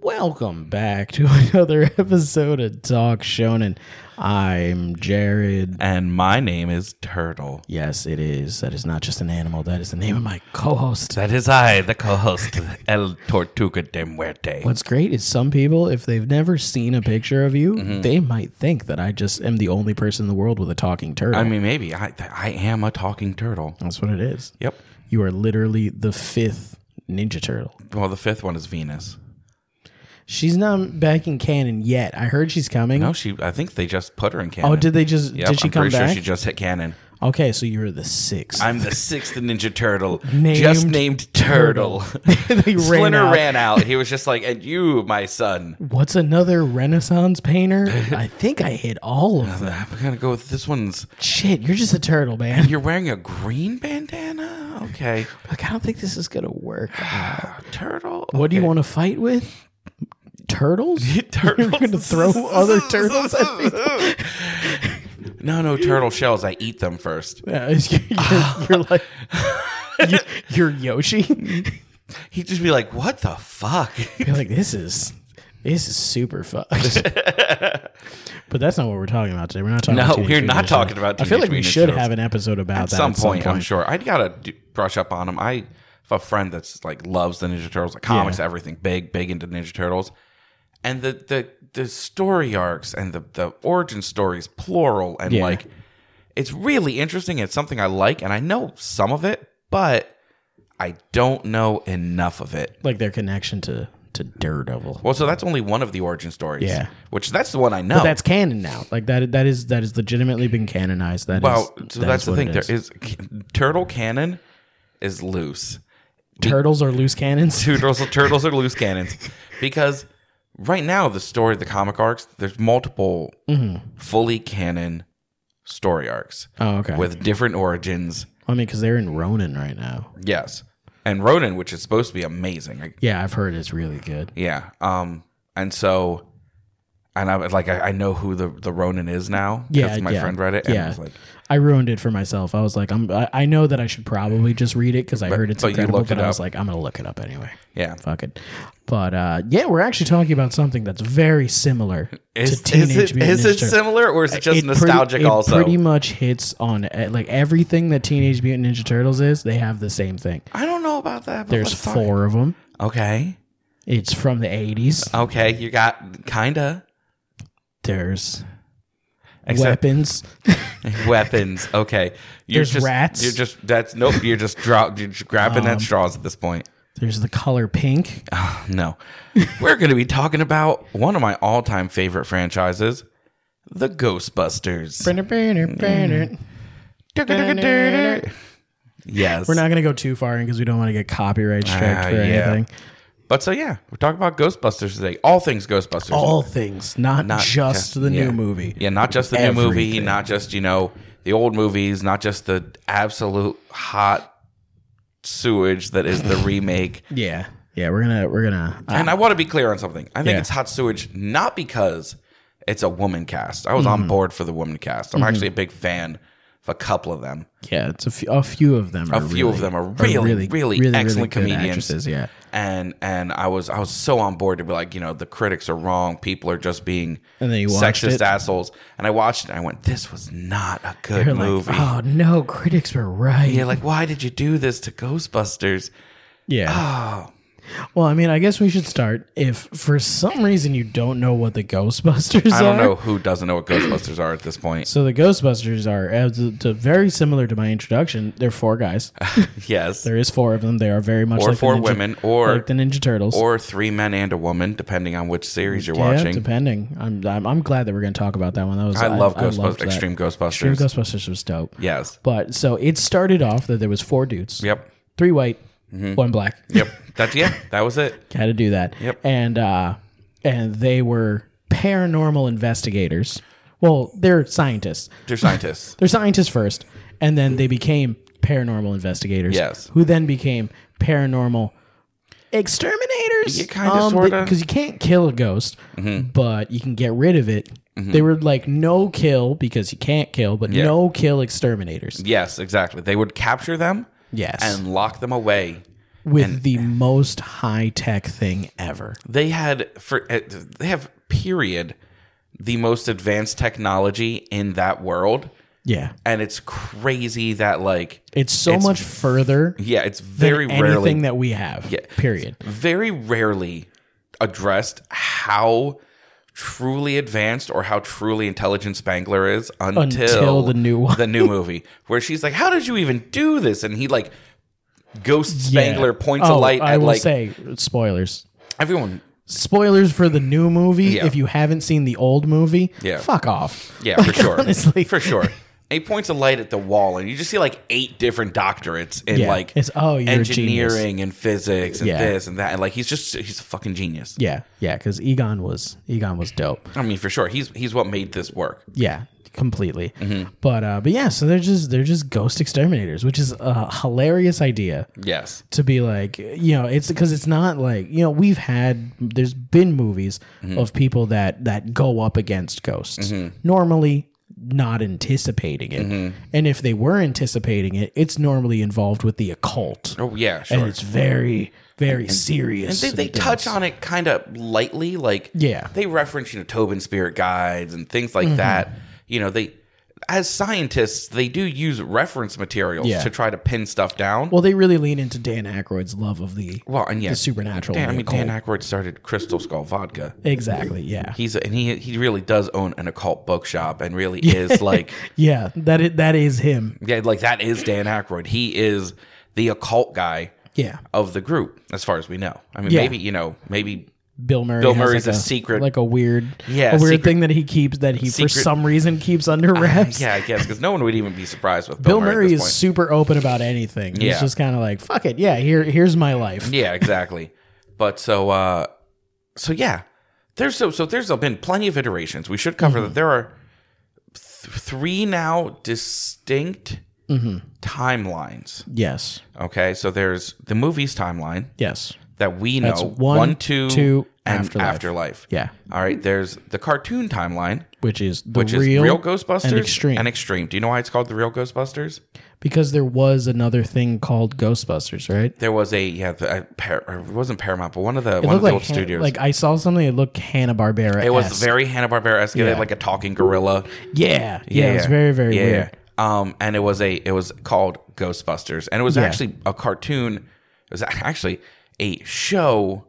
Welcome back to another episode of Talk Shonen. I'm Jared. And my name is Turtle. Yes, it is. That is not just an animal. That is the name of my co-host. That is I, the co host, El Tortuga de Muerte. What's great is some people, if they've never seen a picture of you, Mm-hmm. they might think that I just am the only person in the world with a talking turtle. I mean, maybe. I, I am a talking turtle. That's what it is. Yep. You are literally the fifth Ninja Turtle. Well, the fifth one is Venus. She's not back in canon yet. I heard she's coming. No, she. I think they just put her in canon. oh, did they just? Yep, did she I'm come pretty back? sure she just hit canon. okay, so you're the sixth. I'm the sixth Ninja Turtle, just named Turtle. They ran Splinter out. ran out. He was just like, "And you, my son." What's another Renaissance painter? I think I hit all of them. I'm gonna go with this one's. Shit, you're just a turtle, man. You're wearing a green bandana. Okay, Like, I don't think this is gonna work. turtle. What do you want to fight with? Turtles? Turtles. You're gonna throw other turtles at me? No, no turtle shells. I eat them first. Yeah, you're, you're- you're like, you're, you're Yoshi. He'd just be like, "What the fuck?" You're like, this is this is super fucked. but that's not what we're talking about today. We're not talking. No, about Teenage we're Mutant not Ninja talking Turtles. about I feel Teenage like we Mutant Ninja should Turtles. have an episode about at that some, at some point, I'm sure. I gotta do, brush up on them. I have a friend that's like loves the Ninja Turtles, like comics, everything, big, big into Ninja Turtles, and the the the story arcs and the the origin stories, plural, and Yeah. like it's really interesting. It's something I like, and I know some of it, but I don't know enough of it. Like their connection to to Daredevil. Well, so that's only one of the origin stories. Yeah. which that's the one I know. But that's canon now. Like that that is that is legitimately been canonized. That is well, so that's, the what thing. it There is turtle canon is loose. turtles are loose cannons. turtles turtles are loose cannons because right now the story the comic arcs there's multiple fully canon story arcs Mm-hmm. Oh, okay. with different origins I mean, because they're in Ronin right now. yes and Ronin which is supposed to be amazing like, Yeah, I've heard it's really good. yeah um and so and I was like I, I know who the the Ronin is now Yeah, my yeah. friend read it and Yeah. I was like I ruined it for myself. I was like, I'm. I, I know that I should probably just read it because I heard it's but you incredible. looked But it I was up. like, I'm gonna look it up anyway. yeah Fuck it. But uh, yeah, we're actually talking about something that's very similar is, to Teenage is it, Mutant is it Ninja Turtles. similar or is it just It pretty- nostalgic it also pretty much hits on uh, like everything that Teenage Mutant Ninja Turtles is. They have the same thing. I don't know about that but There's let's talk. four of them. okay It's from the 80s. okay you got kinda There's except weapons. weapons. Okay, you're There's just, rats. Um. You're just that's nope. You're just draw. You're just grabbing at straws at this point. There's the color pink. Ah. No, we're going to be talking about one of my all-time favorite franchises, the Ghostbusters. Mm. We're Yes, not going to go too far in because we don't want to get copyright striked Ah, for yeah. anything. But so yeah, we're talking about Ghostbusters today. All things Ghostbusters. All things, not, Not just the yeah. new movie. Yeah, not just the new movie. Everything. Not just you know the old movies. Not just the absolute hot sewage that is the remake. Yeah. Yeah, we're gonna we're gonna uh, And I want to be clear on something. I think Yeah. it's hot sewage not because it's a woman cast. I was Mm-hmm. on board for the woman cast. I'm actually a big fan of a couple of them. yeah, it's a few, a few of them. A are few really- of them are really, really, excellent good comedians. actresses, yeah, And and I was I was so on board to be like, you know, the critics are wrong. People are just being And then you watched sexist it. assholes. And I watched it and I went, This was not a good They're like, movie. oh no, critics were right. Yeah, like why did you do this to Ghostbusters? Yeah. Well, I mean, I guess we should start. If for some reason you don't know what the Ghostbusters I don't are, know who doesn't know what Ghostbusters are at this point. so the Ghostbusters are as to, very similar to my introduction. They're four guys. Yes. There is four of them. They are very much Or like the four Ninja- women, or- like the Ninja Turtles. Or three men and a woman, depending on which series you're yeah, watching. depending. I'm, I'm I'm glad that we're going to talk about that one. That was I love loved Ghostbusters, that. Extreme Ghostbusters. Extreme Ghostbusters was dope. yes. But so it started off that there was four dudes. Yep. Mm-hmm. Three white, one black. Yep. That's yeah. That was it. Had to do that. Yep. And uh, and they were paranormal investigators. Well, they're scientists. They're scientists. They're scientists first, and then they became paranormal investigators. Yes. Who then became paranormal exterminators? You kinda, sorta. Mm-hmm. because you can't kill a ghost, but you can get rid of it. They were like no kill because you can't kill, but no kill exterminators. yes, exactly. They would capture them Yes. and lock them away. with the most high tech thing ever. They had for uh, they have period the most advanced technology in that world, Yeah. and it's crazy that like It's so much further yeah, it's than very anything rarely that we have. Yeah. Period. very rarely addressed how truly advanced or how truly intelligent Spangler is until, Until the new one. the new movie where she's like, "How did you even do this?" And he like ghost Spangler Yeah. points a Oh, light I at will like say spoilers. everyone. Spoilers for the new movie. Yeah. If you haven't seen the old movie, Yeah. fuck off. Yeah, for sure, honestly. for sure. And he points a light at the wall, and you just see like eight different doctorates in Yeah. like It's, "Oh, you're a genius." engineering and physics and Yeah. this and that. And like he's just he's a fucking genius. Yeah, yeah, because Egon was Egon was dope. I mean, for sure, he's he's what made this work. Yeah, completely. Mm-hmm. But uh, but yeah, so they're just they're just ghost exterminators, which is a hilarious idea. Yes, to be like you know it's because it's not like you know we've had there's been movies Mm-hmm. of people that that go up against ghosts normally not anticipating it Mm-hmm. and if they were anticipating it it's normally involved with the occult Oh yeah, sure. and it's very very serious they, they and dense. touch on it kind of lightly like Yeah. Mm-hmm. they reference you know tobin spirit guides and things like that you know they as scientists they do use reference materials Yeah. to try to pin stuff down well they really lean into dan Aykroyd's love of the well and yeah the supernatural dan, i and mean the dan Aykroyd started crystal skull vodka exactly yeah he's a, and he he really does own an occult bookshop and really is like yeah that is, that is him yeah like that is dan Aykroyd. he is the occult guy yeah of the group as far as we know i mean Yeah. maybe you know maybe Bill Murray. Bill has, Murray's like a secret- like a weird, Yeah, a weird secret- thing that he keeps that he for secret- some reason keeps under wraps. yeah i guess because no one would even be surprised with bill, Bill Murray at is this point. super open about anything. He's Yeah. just kind of like, fuck it, yeah, here, here's my life. Yeah, exactly. but so uh so yeah. There's so so there's been plenty of iterations. We should cover Mm-hmm. that there are th- three now distinct Mm-hmm. timelines. Yes, Okay? So there's the movie's timeline yes, that we know one, one, two, two, and Afterlife. afterlife. yeah, All right, there's the cartoon timeline, which is the which real, is real Ghostbusters and extreme and extreme. Do you know why it's called the real Ghostbusters? because there was another thing called Ghostbusters, right? There was a yeah, the, a par, it wasn't Paramount, but one of the It one looked of the old like Han- studios. like I saw something. It looked Hanna Barbera. It was very Hanna Barbera esque. Yeah. like a talking gorilla. yeah, yeah, It was very very Yeah, weird. yeah. Um, and it was a it was called Ghostbusters, and it was actually a cartoon. It was actually a show.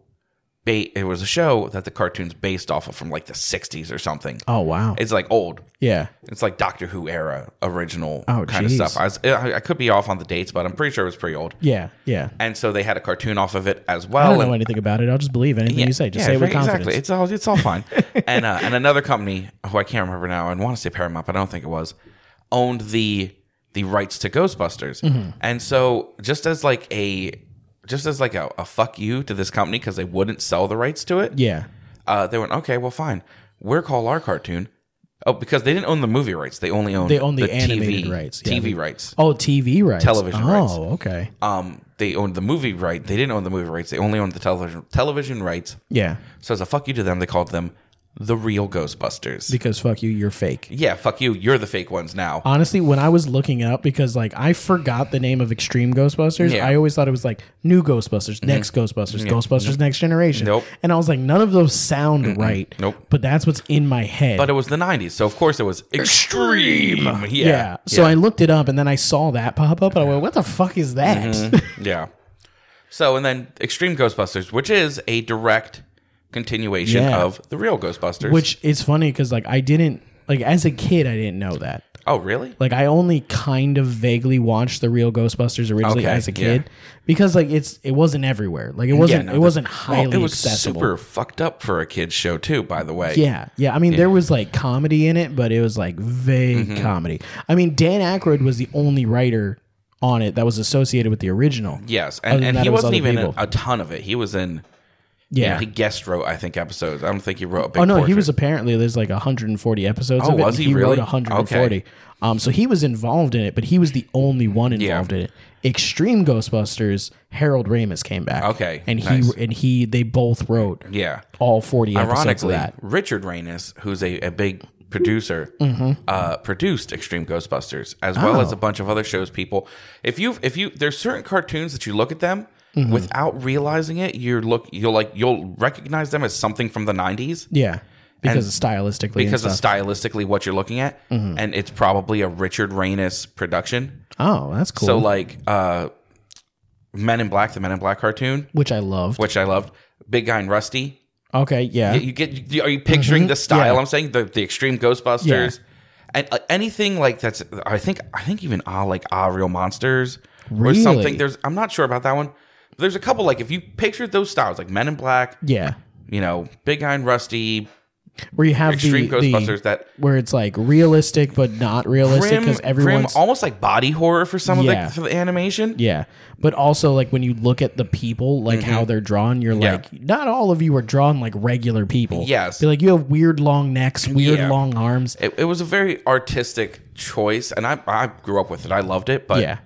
Ba- it was a show that the cartoon's based off of from like the '60s or something. Oh wow, It's like old. yeah, It's like Doctor Who era original Oh, kind geez. of stuff. I, was, I I could be off on the dates, but I'm pretty sure it was pretty old. yeah, yeah. And so they had a cartoon off of Oh, it as I well. don't and- know anything about it. I'll just believe anything you say. Just say it with right, confidence. Exactly. It's all it's all fine. and uh, and another company who I can't remember now, and want to say Paramount, but I don't think it was, owned the the rights to Ghostbusters. Mm-hmm. And so just as like a just as like a, a fuck you to this company because they wouldn't sell the rights to it, Yeah. uh, they went, okay, well, fine. We're call our cartoon. Oh, because they didn't own the movie rights. They only owned They own the animated TV, rights. Yeah, TV they- rights. Oh, TV rights. Television oh, rights. okay. Um, they owned the movie right. They didn't own the movie rights. They only owned the television television rights. Yeah. So as a fuck you to them, they called them the real Ghostbusters. Because fuck you, you're fake. yeah, fuck you. You're the fake ones now. Honestly, when I was looking up, because like I forgot the name of Extreme Ghostbusters, Yeah. Mm-hmm. I always thought it was like New Ghostbusters, Next Ghostbusters, Ghostbusters Next Generation. Nope. And I was like, none of those sound right. Nope. But that's what's in my head. but it was the 90s, so of course it was extreme. Yeah. yeah. Yeah. Mm-hmm. So I looked it up and then I saw that pop up and I went, what the fuck is that? yeah. So, and then Extreme Ghostbusters, which is a direct continuation Yeah. of the real Ghostbusters. Which is funny because like I didn't like as a kid I didn't know that. oh, really? Like I only kind of vaguely watched the real Ghostbusters originally Okay, as a yeah. kid because like it's it wasn't everywhere. Like it wasn't no, it the- wasn't Well, highly Oh, it was accessible. super fucked up for a kids show too. By the way, yeah, yeah. I mean, there was like comedy in it, but it was like vague Mm-hmm. comedy. I mean, Dan Aykroyd was the only writer on it that was associated with the original. yes, Other and, than and that, he it was wasn't other even in people. a ton of it. He was in. Yeah, yeah. he guest wrote, I think, episodes. I don't think he wrote. A big Oh no, he portion. was apparently there's like 140 episodes Oh, of it. was and he wrote really? 140. Um, so he was involved in it, but he was the only one involved in it. Extreme Ghostbusters, Harold Ramis came back. Okay, and he nice. and he they both wrote Yeah. all 40 episodes of Ironically, that. Richard Reynes, who's a, a big producer, Mm-hmm. uh, produced Extreme Ghostbusters as well Oh. as a bunch of other shows. People, if you if you there's certain cartoons that you look at them Mm-hmm. without realizing it, you're look you'll like you'll recognize them as something from the 90s Yeah, because of stylistically and because of stuff. Mm-hmm. stylistically what you're looking at, and it's probably a Richard Reynes production. oh, that's cool. So like uh, Men in Black, the Men in Black cartoon, which I loved. which I loved, Big Guy and Rusty. okay, yeah. Mm-hmm. You get? you- Are you picturing the style? I'm saying the the extreme Ghostbusters, and uh, anything like that's. I think I think even ah like ah real monsters or Really? something. There's I'm not sure about that one. But there's a couple like if you pictured those styles like Men in Black, yeah. you know, Big Eye and Rusty, Where you have Extreme the, the- Ghostbusters that. where it's like realistic but not realistic Grim, because grim, everyone's almost like body horror for some Yeah. of the, for the animation. Yeah. But also like when you look at the people, like how they're drawn, you're Mm-hmm. Yeah. like not all of you are drawn like regular people. Yes. Be like you have weird long necks, weird Yeah. long arms. It, it was a very artistic choice, and I I grew up with it. I loved it, but yeah.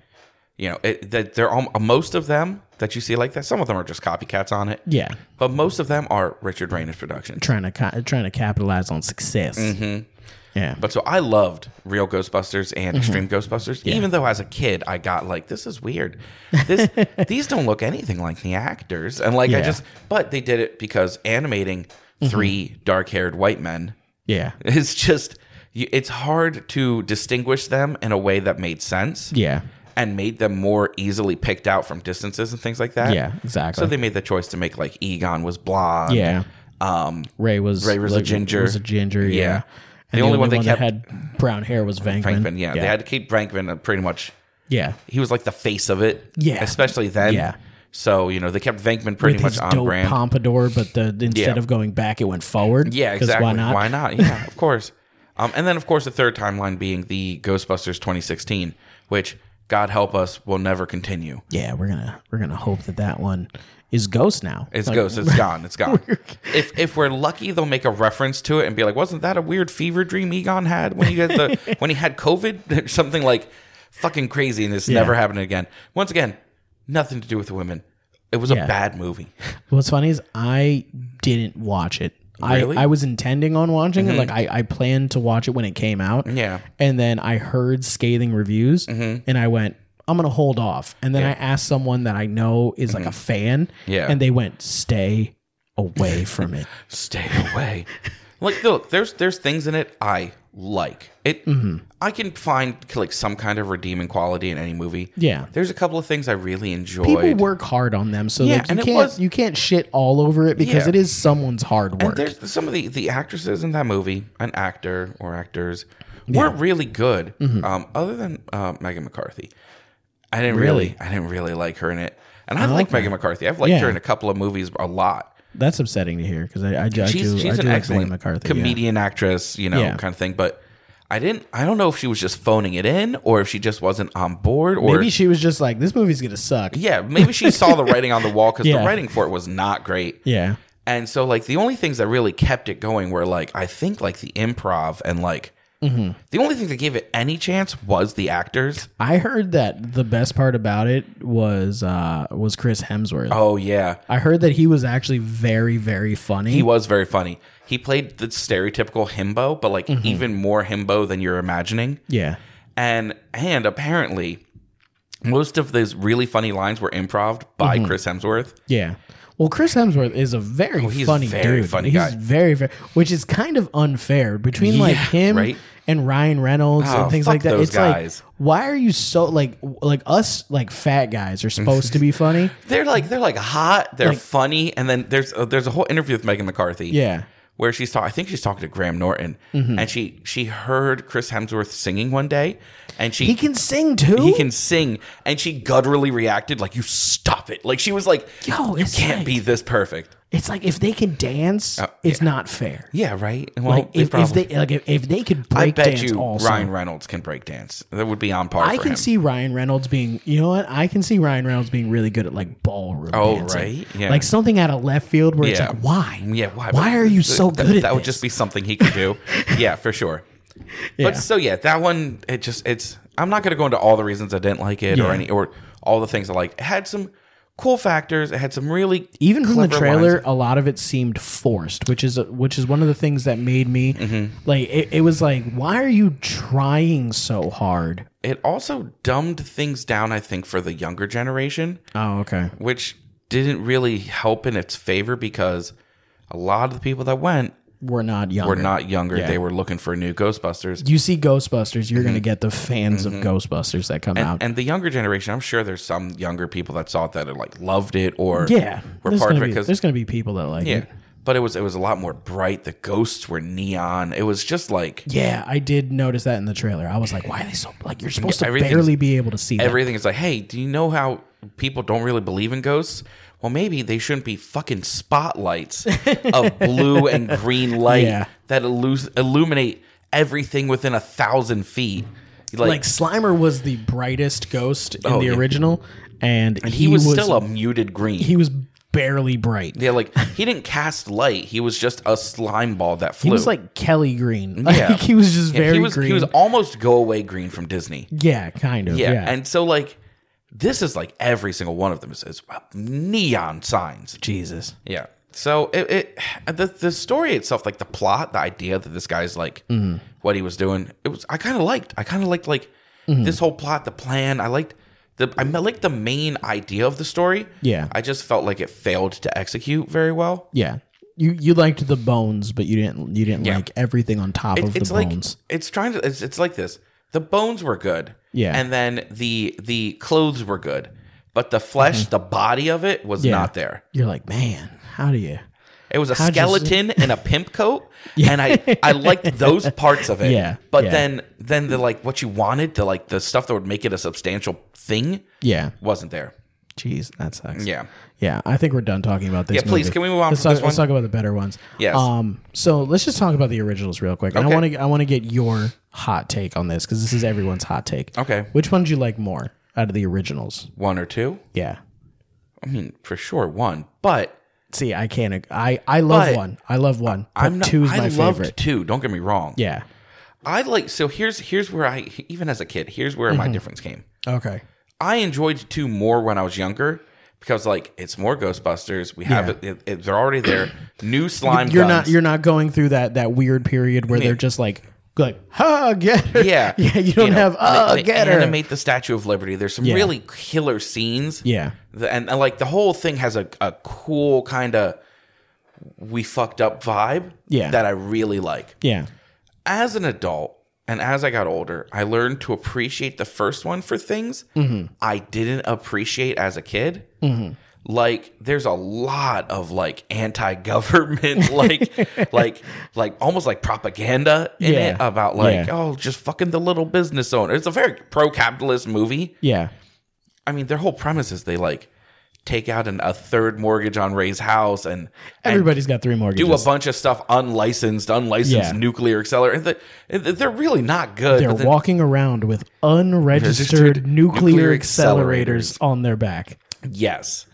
you know it, that they're all, most of them that you see like that. Some of them are just copycats on it. Yeah. but most of them are Richard Reynes productions. Trying to ca- trying to capitalize on success. Yeah. Mm-hmm. But so I loved Real Ghostbusters Mm-hmm. and Extreme Ghostbusters, even though as a kid I got like, this is weird. This these don't look anything like the actors, and like Yeah. I Mm-hmm. just, but they did it because animating three dark-haired white men yeah. is just you- it's hard to distinguish them in a way that made sense Yeah. and made them more easily picked out from distances and things like that. Yeah, exactly. So they made the choice to make like Egon was blonde. yeah. Um Ray was Ray was a like, ginger. Was a ginger, yeah. Yeah. And the, only, one, they kept that had brown hair was Vankman. Frankman, yeah, They had to keep Frankman uh, pretty much yeah. he was like the face of it. Yeah. Especially then. Yeah. So, you know, they kept Venkman pretty With much his on dope brand. pompadour, but the instead Yeah. of going back, it went forward. yeah, 'Cause exactly. Why not? Yeah, of course. Um, and then, of course, the third timeline being the Ghostbusters 2016, which, God help us, will never continue. yeah, we're gonna we're gonna hope that that one is ghost now. It's Ghost. It's gone. It's gone. if if we're lucky, they'll make a reference to it and be like, "Wasn't that a weird fever dream Egon had when he had the when he had COVID or something like fucking crazy?" And this never happened again. Once again, nothing to do with the women. It was Yeah. a bad movie. What's funny is I didn't watch it. Really? Mm-hmm. I, I was intending on watching it. Like I, I planned to watch it when it came out. Yeah. Mm-hmm. And then I heard scathing reviews and I went, I'm gonna hold off. And then I asked someone that I know is like a fan. Mm-hmm. Yeah. And they went, Stay away from it. stay away. like, look, there's there's things in it I like. It Mm-hmm. I can find like some kind of redeeming quality in any movie. Yeah. there's a couple of things I really enjoyed. People work hard on them, so Yeah, like you and it can't was- you can't shit all over it because Yeah. it is someone's hard and work. there's some of the the actresses in that movie, an actor or actors, were really good. Mm-hmm. Um, other than uh, Megan McCarthy, I didn't really? I didn't really like her in it. And I like Megan McCarthy. I've liked Oh, Yeah. her in a couple of movies a lot. That's upsetting to hear because I, I, I do. she's, she's I do an like excellent Megan McCarthy, yeah. comedian actress, you know, Yeah. kind of thing. But I didn't. I don't know if she was just phoning it in, or if she just wasn't on board, or Maybe she was just like, "This movie's gonna suck." yeah, maybe she saw the writing on the wall because Yeah. the writing for it was not great. Yeah. And so, like, the only things that really kept it going were like I think like the improv and like the only thing that gave it any chance was the actors. I heard that the best part about it was uh was Chris Hemsworth. Oh yeah, I heard that he was actually very very funny. he was very funny. He played the stereotypical himbo, but like even more himbo than you're imagining. yeah. and and apparently most of those really funny lines were improv by Chris Hemsworth. Yeah. Well, Chris Hemsworth is a very Oh, he's funny very dude. funny he's guy. very very, which is kind of unfair between like Yeah, him right? and Ryan Reynolds Oh, and things fuck like that. those it's guys. like why are you so like like us like fat guys are supposed to be funny? They're like they're like hot, they're funny, and then there's uh, there's a whole interview with Megan McCarthy. Yeah. where she's talking. I think she's talking to Graham Norton, Mm-hmm. and she she heard Chris Hemsworth singing one day, and she He can sing too. he can sing, and she gutturally reacted like, "You stop it!" Like she was like, Yo, you it's can't like- be this perfect." It's like if they can dance, it's not fair. Oh, Yeah, right. Well, Like Oh, they if, if probably- they like if, if they could break I bet dance you also. Ryan Reynolds can break dance. That would be on par. I for can him. see Ryan Reynolds being, you know what? I can see Ryan Reynolds being really good at like ballroom. Oh, dancing. right? Yeah. Like something out of left field where it's Yeah. like, why? Yeah, why? Why But are you th- so that- good at That would this? just be something he could do. yeah, for sure. Yeah. But so yeah, that one it just it's I'm not going to go into all the reasons I didn't like it Yeah. or any or all the things I like. It had some cool factors. It had some really Even from the clever lines. trailer, a lot of it seemed forced, which is which is one of the things that made me Mm-hmm. like it, it was like, why are you trying so hard? It also dumbed things down I think for the younger generation, Oh, okay. which didn't really help in its favor because a lot of the people that went We're not young. were not younger. They were looking for new Ghostbusters. You see Ghostbusters, you're gonna get the fans of Ghostbusters that come out. Mm-hmm. and the younger generation, I'm sure there's some younger people that saw it that are like loved it or yeah, were there's part gonna of it be- because there's gonna be people that like yeah. it. But it was it was a lot more bright. The ghosts were neon. It was just like Yeah, I did notice that in the trailer. I was like, why are they so like you're supposed to everything's- barely be able to see that. everything is like, hey, do you know how people don't really believe in ghosts? Well, maybe they shouldn't be fucking spotlights of blue and green light Yeah. that illus- illuminate everything within a thousand feet. like Slimer was the brightest ghost in Oh, the yeah. original and, he, was, still a muted green. he was barely bright. yeah, like he didn't cast light. He was just a slime ball that flew. He was like Kelly Green. Like, Yeah. he was just Yeah, very he was green. he was almost go away green from Disney. yeah, kind of. Yeah. Yeah. And so like this is like every single one of them is, is neon signs. Jesus. Yeah. So it, it the the story itself, like the plot, the idea that this guy's like Mm-hmm. what he was doing, it was I kind of liked. I kind of liked like Mm-hmm. this whole plot, the plan. I liked the I liked the main idea of the story. Yeah. I just felt like it failed to execute very well. Yeah. You you liked the bones, but you didn't you didn't Yeah. like everything on top It- of it's the like bones. it's trying to it's, it's like this the bones were good Yeah. and then the the clothes were good but the flesh Mm-hmm. the body of it was not there You're like, man, how do you it was a How'd you s- skeleton and a pimp coat and i i liked those parts of it Yeah, but yeah. then then the like what you wanted the like the stuff that would make it a substantial thing Yeah. wasn't there Jeez, that sucks. yeah Yeah, I think we're done talking about this. Yeah, please, movie. can we move on Let's from talk, this Let's one? talk about the better ones. Yes. Um. So let's just talk about the originals real quick. And I Okay. want to. I want to get your hot take on this because this is everyone's hot take. Okay. Which one do you like more out of the originals? one or two Yeah. i mean for sure one but See, I can't. ag- I I love But- one. I love one. But i'm not two's i my loved favorite. two don't get me wrong Yeah. i like so here's here's where i even as a kid here's where Mm-hmm. my difference came Okay. I enjoyed two more when I was younger because like it's more Ghostbusters. We have it, it, they're already there. New slime. You're guns. not. You're not going through that that weird period where they're just like like ha get her. yeah yeah. You don't know, have oh they, they get her. animate the Statue of Liberty. There's some really killer scenes. Yeah. The- and, and, like the whole thing has a, a cool kind of we fucked up vibe. Yeah. that I really like. Yeah. As an adult. And as I got older, I learned to appreciate the first one for things Mm-hmm. I didn't appreciate as a kid. like there's a lot of like anti-government like like like almost like propaganda in it Yeah. about like Yeah. oh just fucking the little business owner it's a very pro-capitalist movie Yeah. i mean their whole premise is they like take out an, a third mortgage on ray's house and, and Everybody's got three mortgages. do a bunch of stuff unlicensed Yeah. unlicensed nuclear accelerator and the, they're really not good They're but then- walking around with unregistered Registered nuclear, nuclear accelerators on their back. yes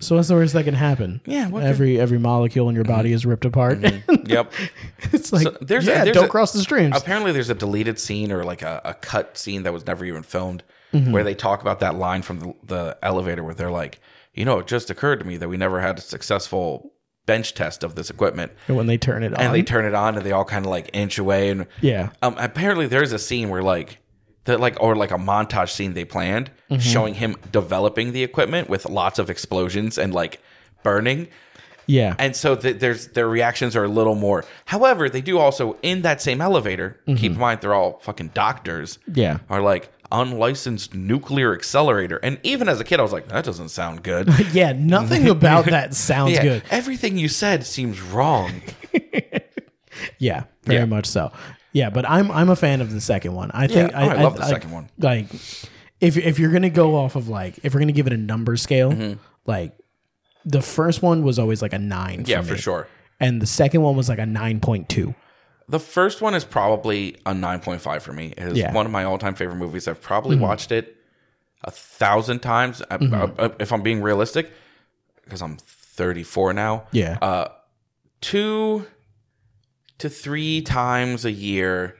So what's the worst that can happen? Yeah, what every every molecule in your body is ripped apart. yep it's like there's a- yeah, there's don't a- cross the streams. Apparently, there's a deleted scene or like a, a cut scene that was never even filmed Mm-hmm. where they talk about that line from the, the elevator where they're like, you know, it just occurred to me that we never had a successful bench test of this equipment. and when they turn it on, And they turn it on and they all kind of like inch away. And Uh-huh. yeah, um, apparently, there's a scene where like, that like or like a Mm-hmm. montage scene they planned showing him developing the equipment with lots of explosions and like burning. Yeah. And so th- there's their reactions are a little more. However, they do also in that same elevator. Keep in mind they're all fucking doctors. Mm-hmm. Yeah. are like unlicensed nuclear accelerator. And even as a kid, I was like, that doesn't sound good. yeah, nothing about that sounds yeah, good. everything you said seems wrong. Yeah, very Yeah. much so. Yeah, but I'm I'm a fan of the second one. I think oh, I love the second one. Like, if if you're gonna go off of like, if we're gonna give it a number scale, Mm-hmm. like the first one was always like a nine. yeah, me. for sure. And the second one was like a nine point two. The first one is probably a 9.5 for me. It is Yeah. Mm-hmm. one of my all time favorite movies. I've probably watched it a thousand times, I- I- I- if I'm being realistic, because I'm 34 now. Yeah. Uh, two to three times a year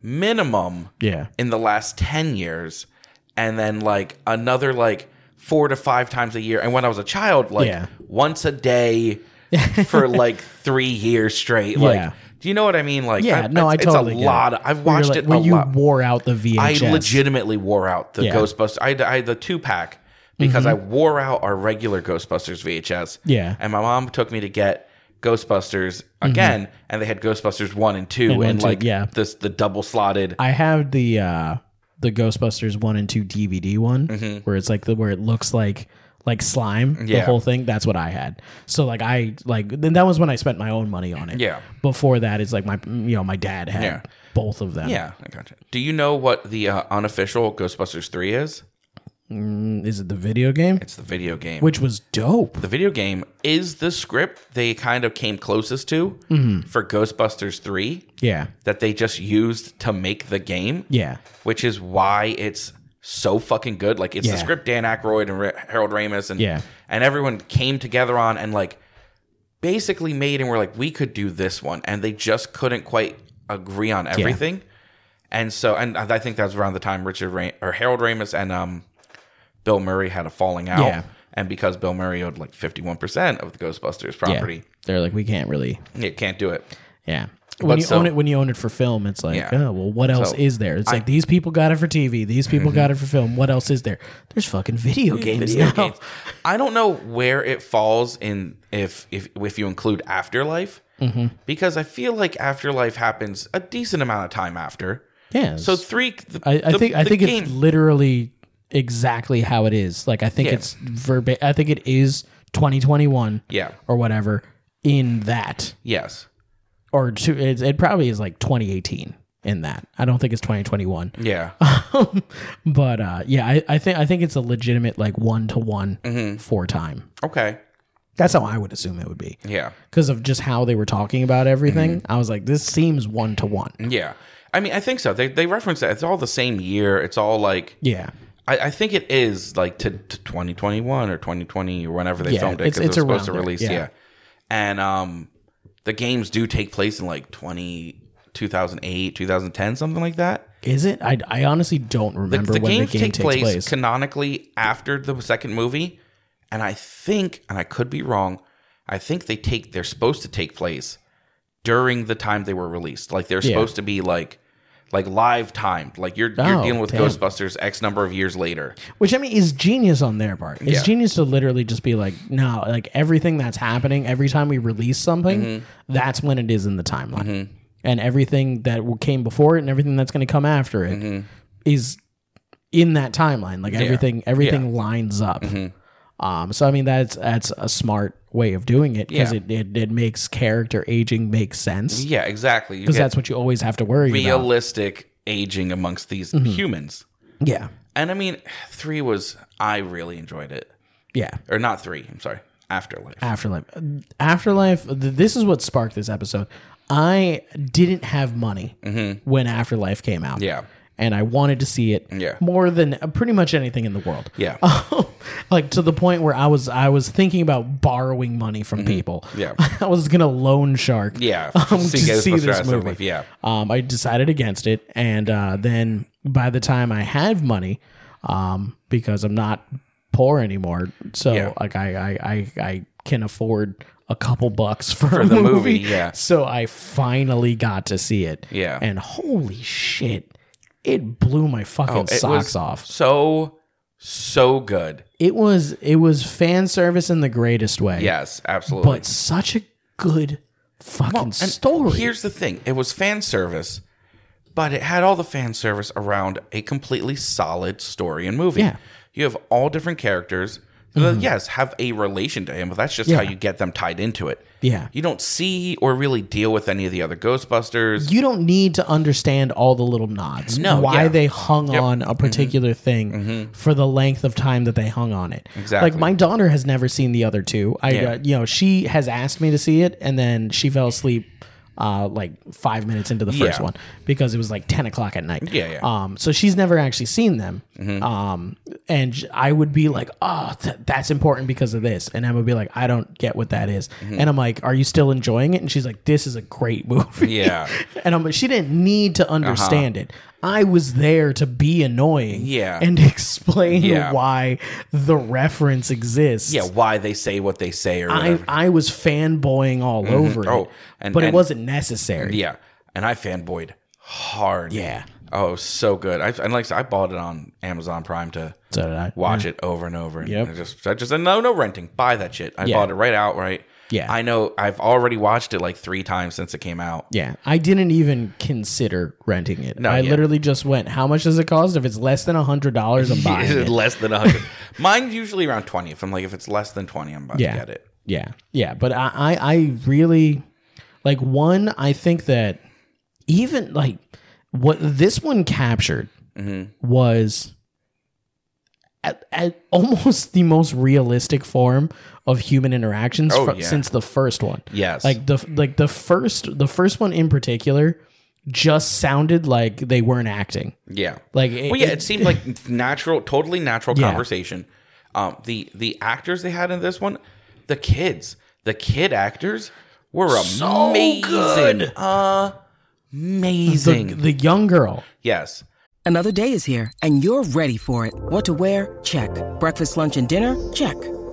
minimum. Yeah, in the last 10 years and then like another like four to five times a year and when i was a child like Yeah. once a day for like three years straight like Yeah. do you know what i mean like yeah. no, I it's totally. a get it. lot of- i've Where you're watched like- it a where you lot wore out the VHS. i legitimately wore out the Yeah. Mm-hmm. ghostbusters I had, I had the two-pack because i wore out our regular ghostbusters vhs Yeah. Mm-hmm. and my mom took me to get ghostbusters again and they had ghostbusters 1 and 2 and, one, two, like yeah. this the double slotted I have the uh the Ghostbusters one and two DVD one where it's like the where it looks like like slime the Mm-hmm. Yeah. whole thing. That's what I had. So like I like then that was when I spent my own money on it. Yeah. Before that, it's like my you know my dad had Yeah. both of them. Yeah, I gotcha. Do you know what the uh, unofficial Ghostbusters 3 is? Is it the video game? It's the video game. Which was dope. the video game is the script they kind of came closest to for Ghostbusters 3 Yeah. that they just used to make the game, Yeah. which is why it's so fucking good. Like it's Yeah. the script Dan Aykroyd and Ra- Harold Ramis and Yeah. and everyone came together on and like basically made and were like we could do this one and they just couldn't quite agree on everything. And so and I think that was around the time Richard Ra- or Harold Ramis and um Bill Murray had a falling out. Yeah. And because Bill Murray owed like 51% of the Ghostbusters property, They're like we can't really. it can't do it. Yeah. When But you so- own it, when you own it for film, it's like, Yeah. oh well, what else So, Mm-hmm. is there? It's like these people got it for TV, these people got it for film. What else is there? There's fucking video games Mm, video now. games. I don't know where it falls in if if if you include Afterlife, Mm-hmm. because I feel like Afterlife happens a decent amount of time after. Yeah. So three, the, I, I the- think I the think game- it's literally exactly how it is. Like I think Yeah. it's verba I think it is 2021. Yeah. Or whatever in that yes, or two, it, it probably is like 2018 in that. I don't think it's 2021. yeah, but uh yeah, I, I think I think it's a legitimate like one to Mm-hmm. one four time. okay, That's how I would assume it would be. yeah, Because of just how they were talking about everything, Mm-hmm. I was like, this seems one to one. yeah. I mean, I think so. They they reference that it's all the same year. It's all like Yeah. I, I think it is like to, to 2021 or 2020 or whenever they Yeah, filmed it it's- because it it's was supposed to around there, release. yeah. yeah. and um, the games do take place in like 20, 2008, 2010, something like that. Is it? I, I honestly don't The, remember the when games the game take takes place, place. canonically after the second movie, and I think, and I could be wrong, I think they take they're supposed to take place during the time they were released. Like they're supposed to be like. Like live timed, like you're Oh, you're dealing with damn. Ghostbusters X number of years later. Which I mean is genius on their part. It's Yeah. genius to literally just be like, no, like everything that's happening, every time we release something, Mm-hmm. that's when it is in the timeline. And everything that w- came before it and everything that's going to come after it is Mm-hmm. in that timeline. Like everything, everything lines up. Mm-hmm. Um, so I mean that's that's a smart way of doing it because Yeah. it, it it makes character aging make sense Yeah, exactly. You because get- that's what you always have to worry about. Mm-hmm. realistic aging amongst these humans. Yeah, And I mean, three was I really enjoyed it, yeah. or not three. I'm sorry, Afterlife. Afterlife. Afterlife. th- This is what sparked this episode. I didn't have money when Afterlife came out. Mm-hmm. Yeah. And I wanted to see it Yeah. more than uh, pretty much anything in the world. Yeah, like to the point where I was I was thinking about borrowing money from people. Mm-hmm. Yeah. I was gonna loan shark. yeah. Um, to Ghostbusters see this Afterlife, movie. Yeah, Um, I decided against it, and uh, then by the time I had money, um, because I'm not poor anymore, so Yeah. like I, I I I can afford a couple bucks for, a the movie. movie, yeah. So I finally got to see it. Yeah. And holy shit, it blew my fucking Oh, it socks was off. so so good. It was it was fan service in the greatest way. Yes, absolutely. but such a good fucking And story. Here's the thing: it was fan service, but it had all the fan service around a completely solid story and movie. Yeah. Mm-hmm. You have all different characters. that, yes, have a relation to him, but that's just how you get them tied into it. Yeah. You don't see or really deal with any of the other Ghostbusters. you don't need to understand all the little nods. No, why yeah. Mm-hmm. they hung on a particular thing for the length of time that they hung on it. Exactly. Like my daughter has never seen the other two. I, Yeah. uh, you know, she has asked me to see it, and then she fell asleep. Uh, like five minutes into the first Yeah. one because it was like 10 o'clock at night Yeah, Mm-hmm. yeah. um so she's never actually seen them um and j- i would be like oh th- that's important because of this and emma would be like i don't get what that is." Mm-hmm. and i'm like are you still enjoying it and she's like this is a great movie Yeah. and I'm she didn't need Uh-huh. to understand it. I was there to be annoying Yeah. and explain Yeah. why the reference exists. yeah, why they say what they say or I, whatever. I was fanboying all over it. Oh, and- but it and- wasn't necessary. yeah, and I fanboyed hard. Yeah. Oh, so good. I and like I said, I bought it on Amazon Prime to So did I. watch it over and over. And Mm. Yep. I just, I just, no, no renting. Buy that shit. I Yeah. bought it right outright. Yeah. I know. I've already watched it like three times since it came out. Yeah. I didn't even consider renting it. I yeah. literally just went, how much does it cost? If it's less than hundred dollars, I'm buying it. less than a hundred. Mine's usually around twenty. If I'm like, if it's less than twenty, I'm about yeah. to get it. Yeah. Yeah. But I, I, I really like one, I think that even like what this one captured Mm-hmm. was at, at almost the most realistic form of human interactions Oh, fro- yeah. since the first one. Yes. Like the like the first the first one in particular just sounded like they weren't acting. Yeah. Like well, yeah. It, seemed like natural, totally natural conversation. Um, the the actors they had in this one, the kids, the kid actors were amazing. good. the, Amazing. the young girl. yes. Another day is here, and you're ready for it. What to wear? Check. Breakfast, lunch, and dinner? Check.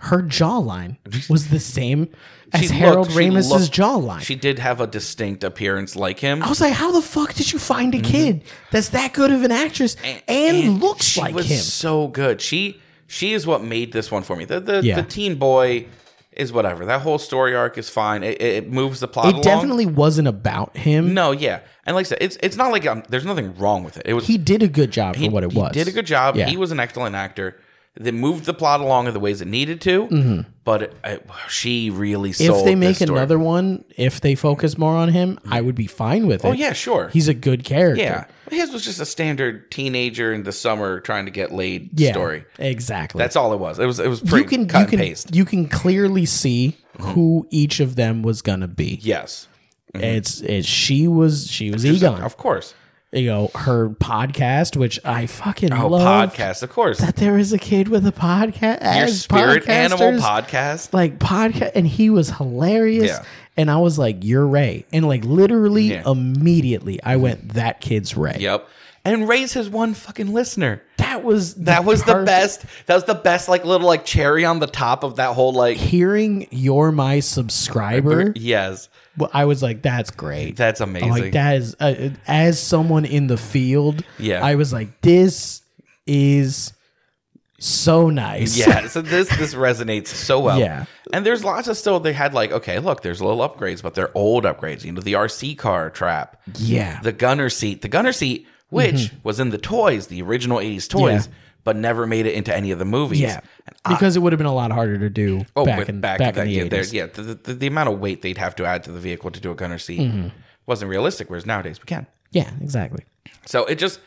her jawline was the same as She Harold looked- she Ramis's looked- jawline. Oh, She did have a distinct appearance like him. I was like, how the fuck did you find a kid that's that good of an actress and, looks Mm-hmm. she like was him? So good. She she is what made this one for me. The the, Yeah. the teen boy is whatever. That whole story arc is fine. It, it it moves the plot. It along. definitely wasn't about him. no, yeah. And like I said, it's it's not like um, there's nothing wrong with it. It was He did a good job he- for what it he was. did a good job. Yeah. He was an excellent actor. They moved the plot along in the ways it needed to. But it, it- she really sold Mm-hmm. If they make this story. another one, if they focus more on him, I would be fine with it. Oh yeah, sure. He's a good character. yeah. His was just a standard teenager in the summer trying to get laid Yeah, story. Exactly. That's all it was. It was it was pretty cut you and can paste. Mm-hmm. you can clearly see who each of them was gonna be. Yes. Mm-hmm. It's it's she was she was Egon. Of course. you know her podcast, which I fucking Oh, love. podcast, of course. That there is a kid with a podcast. Your as spirit animal podcasters, podcast. like podcast, and he was hilarious. Yeah. And I was like, "You're Ray," and like literally Yeah. immediately, I went, "That kid's Ray." Yep. And Ray's his one fucking listener. That was That was the perfect- best. That was the best, like little like cherry on the top of that whole like. Hearing you're my subscriber, Yes, well, I was like, "That's great." that's I'm amazing. like that is uh, as someone in the field. Yeah. I was like, "This is so nice." Yeah, so this this resonates so well. Yeah. and there's lots of still they had like okay, look, there's little upgrades, but they're old upgrades. You know, the RC car trap, yeah. Mm-hmm. the gunner seat, the gunner seat, which was in the toys, the original '80s toys, Yeah. but never made it into any of the movies. Yeah, And because it would have been a lot harder to do Oh, back, with in, back, back, then, in the yeah, there- eighties. yeah, the, the, the amount of weight they'd have to add to the vehicle to do a gunner seat Mm-hmm. wasn't realistic. Whereas nowadays we can. Yeah, exactly. So it just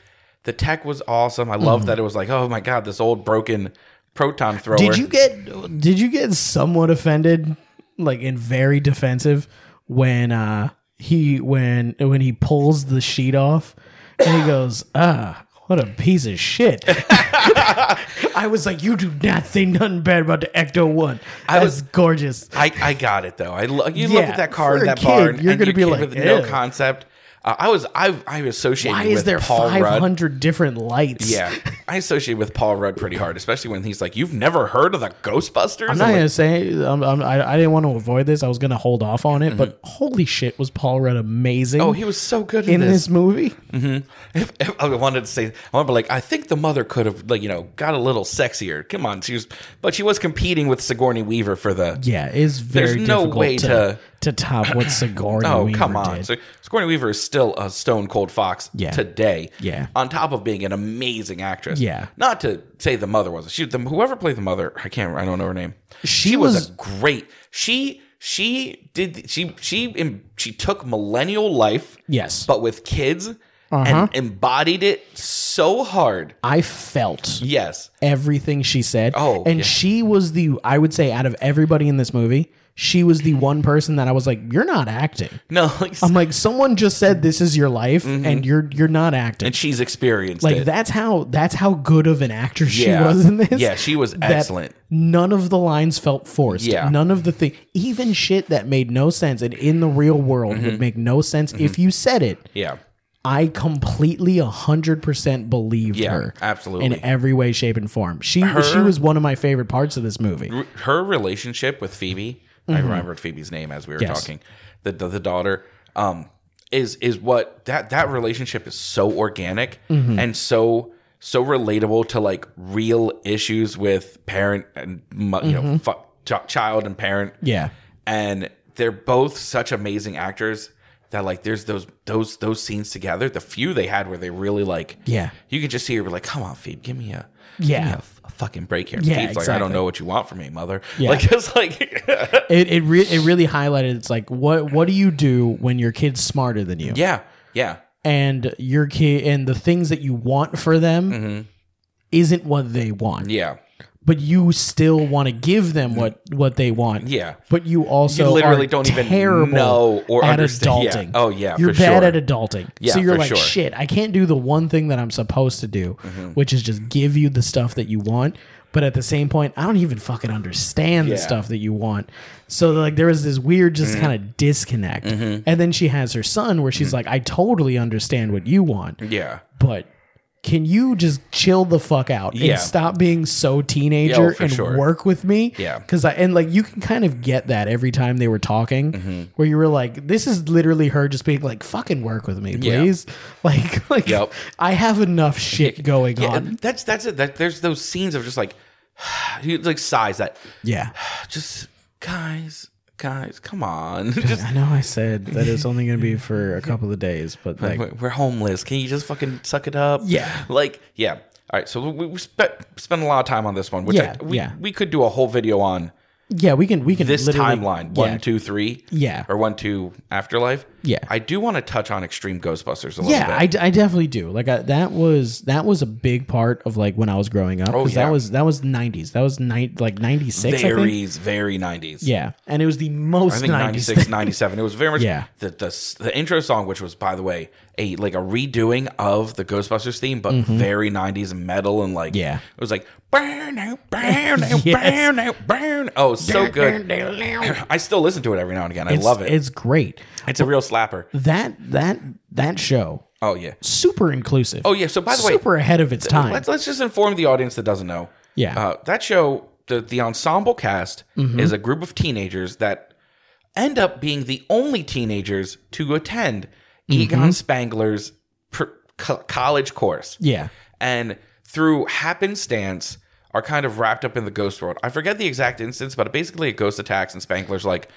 the tech was awesome. I Mm-hmm. love that it was like, oh my god, this old broken proton thrower. Did you get did you get somewhat offended, like and very defensive when uh he when when he pulls the sheet off and he goes ah. What a piece of shit. I was like, you do not say nothing bad about the Ecto 1. I That was- was gorgeous. I, I got it though. I lo- you look Yeah, at that card, for a that kid, bar, and you're and gonna you be came like, with no "Ew." concept. Uh, I was I I associated. Why is with there Paul Rudd. 500 different lights? Yeah, I associate with Paul Rudd pretty hard, especially when he's like, "You've never heard of the Ghostbusters." I'm not like, gonna say I'm, I'm, I, I didn't want to avoid this. I was gonna hold off on it, but holy shit, was Paul Rudd amazing? Mm-hmm. oh, he was so good in, in this, this. movie. If, if I wanted to say, I want to be like, I think the mother could have, like, you know, got a little sexier. Come on, she was, but she was competing with Sigourney Weaver for the. Yeah, it's very There's no difficult way to, to- to top what Sigourney Oh Weaver come on! did. So, Sigourney Weaver is still a stone cold fox Yeah. today. Yeah. On top of being an amazing actress. Yeah. Not to say the mother wasn't. She, the, whoever played the mother, I can't. I don't know her name. She was was- a great. She she did she she em- she took millennial life. Yes. Uh-huh. But with kids and embodied it so hard. I felt Yes. everything she said. Oh, and yeah. she was the I would say out of everybody in this movie, she was the one person that I was like, you're not acting. No. Like, I'm like, someone just said this is your life, and you're you're not acting. Mm-hmm. and she's experienced like it. that's how that's how good of an actress Yeah. she was in this. Yeah, she was That excellent. None of the lines felt forced. Yeah. None of the thing, even shit that made no sense and in the real world would make no sense if you said it. Mm-hmm. Yeah. I completely 100% believed Yeah, her. absolutely. In every way, shape, and form. She she was one of my favorite parts of this movie. her relationship with Phoebe, I remembered Phoebe's name as we were Mm-hmm. Yes. talking, the, the the daughter, um, is is what that that relationship is so organic Mm-hmm. and so so relatable to like real issues with parent and mo- you know fu- ch- child and parent, Mm-hmm. Yeah. and they're both such amazing actors that like there's those those those scenes together the few they had where they really like Yeah. you can just see her be like come on Phoebe give me a Yeah. give me a, f- a fucking break here Yeah, Phoebe's like I don't exactly. know what you want from me mother Yeah. like it's like It it, re- it really highlighted it's like what what do you do when your kid's smarter than you? yeah yeah And your kid and the things that you want for them Mm-hmm. isn't what they want. yeah But you still want to give them what what they want. Mm. Yeah. But you also You literally are don't even terrible know or at understand- yeah. adulting. Oh, yeah, You're for bad sure. at adulting. Yeah, so you're for like sure. Mm-hmm. shit, I can't do the one thing that I'm supposed to do, which is just give you the stuff that you want. But at the same point, I don't even fucking understand the Yeah. Mm-hmm. stuff that you want. So like there was this weird just kind of disconnect. And then she has her son where she's like, I totally understand what you want yeah but can you just chill the fuck out Yeah. and stop being so Yeah, oh, teenager for and sure. work with me? Yeah. Cause I, and like, you can kind of get that every time they were talking Mm-hmm. where you were like, this is literally her just being like, fucking work with me, Yeah. please. Like, like Yep. I have enough shit going yeah on. and that's that's it that there's those scenes of just like you like sighs that Yeah. just guys guys come on just I know I said that it's only going to be for a couple of days, but like, We're- we're homeless. Can you just fucking suck it up? Yeah. Like, yeah. All right. So we, we spe- spend a lot of time on this one, which Yeah, I, we, yeah. we could do a whole video on yeah, we can, we can this literally- timeline yeah. one, two, three. Yeah. Or one, two, afterlife. Yeah. I do want to touch on Extreme Ghostbusters a little yeah I, bit. d- I definitely do like I, that was that was a big part of like when i was growing up because Oh, yeah. that was that was 90s that was ni- like 96 I think. Very, very 90s. yeah and it was the I most think 90s 96, 97. It was very much Yeah. the, the the intro song, which was, by the way, a like a redoing of the Ghostbusters theme, but very 90s metal and like Mm-hmm. Yeah. it was like burn out, burn out, Yes. burn out, burn. Oh, so good. I still listen to it every now and again. I it's, love it. It's, it's great a real slapper. that that that show Oh yeah. super inclusive Oh yeah. So by the way, super ahead of its time Let's, let's just inform the audience that doesn't know. Yeah. Mm-hmm. Uh, that show, the, the ensemble cast is a group of teenagers that end up being the only teenagers to attend Egon Spangler's pr- co- college course. Mm-hmm. yeah And through happenstance, are kind of wrapped up in the ghost world. I forget the exact instance, but basically a ghost attacks and Spangler's like,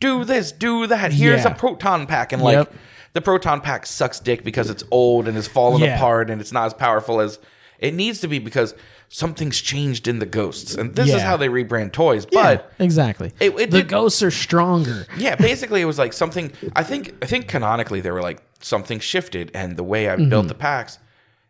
do this, do that. Here's Yeah. a proton pack. And like, Yep. the proton pack sucks dick because it's old and is falling Yeah. apart and it's not as powerful as it needs to be because something's changed in the ghosts. And this is Yeah. how they rebrand toys. yeah, But exactly It- it the did- ghosts are stronger yeah, basically it was like something I think I think canonically they were like something shifted and the way Mm-hmm. I've built the packs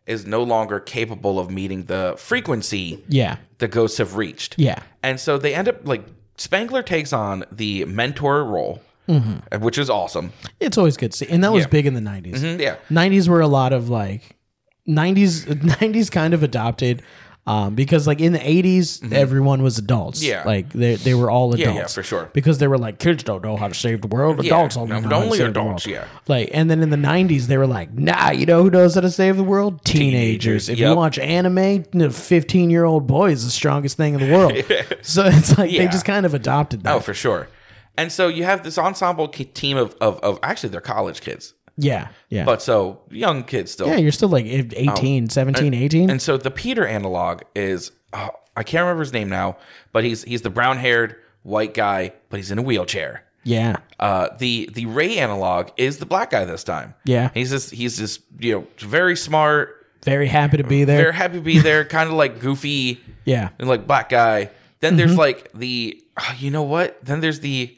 is no longer capable of meeting the frequency yeah the ghosts have reached. Yeah. And so they end up like Spangler takes on the mentor role, Mm-hmm. which is awesome. Mm, it's always good to see and that was Yeah. Mm-hmm. big in the 90s Yeah. 90s were a lot of like 90s 90s kind of adopted um, because like in the 80s everyone was adults Mm-hmm. Yeah. like they, they were all adults Yeah, yeah, for sure. because they were like kids don't know how to save the world Yeah. adults only No, know how to only save the adults, world. yeah. like and then in the 90s they were like nah you know who knows how to save the world teenagers, Teenagers, if you yep. watch anime 15 year old boy is the strongest thing in the world so it's like they Yeah. just kind of adopted that Oh, for sure. And so you have this ensemble ki- team of, of, of actually they're college kids, yeah yeah but so young kids still. yeah you're still like 18 17 18 And so the Peter analog is oh, I can't remember his name now, but he's he's the brown haired white guy, but he's in a wheelchair. yeah Uh, the the Ray analog is the black guy this time. Yeah. he's just he's just you know very smart, very happy to be there very happy to be there, kind of like goofy yeah and like black guy. Then there's Mm-hmm. like the oh, you know what? Then there's the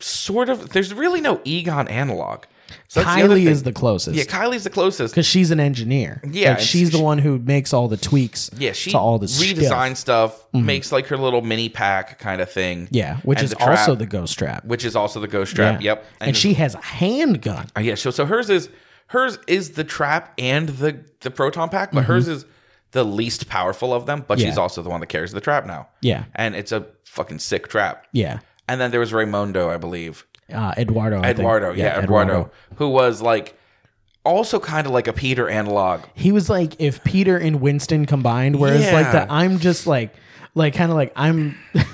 sort of there's really no Egon analog. So that's other Kylie is thing. the closest. yeah Kylie's the closest. because she's an engineer. Yeah, Like, and she's the she- one who makes all the tweaks. Yeah, she to all this redesigns stuff. stuff, makes like her little mini pack kind of thing. Yeah, which And is the trap, also the ghost trap. which is also the ghost trap. Yeah. Yep, And, she has a handgun. uh, yeah. So so hers is hers is the trap and the the proton pack, but hers is the least powerful of them. But she's Mm-hmm. Yeah. also the one that carries the trap now. Yeah. and it's a fucking sick trap. Yeah, And then there was Raymondo, I believe. uh, Eduardo. I think. Eduardo, yeah, Eduardo, who was like also kind of like a Peter analog. He was like if Peter and Winston combined, whereas like Yeah. the I'm just like like kind of like I'm.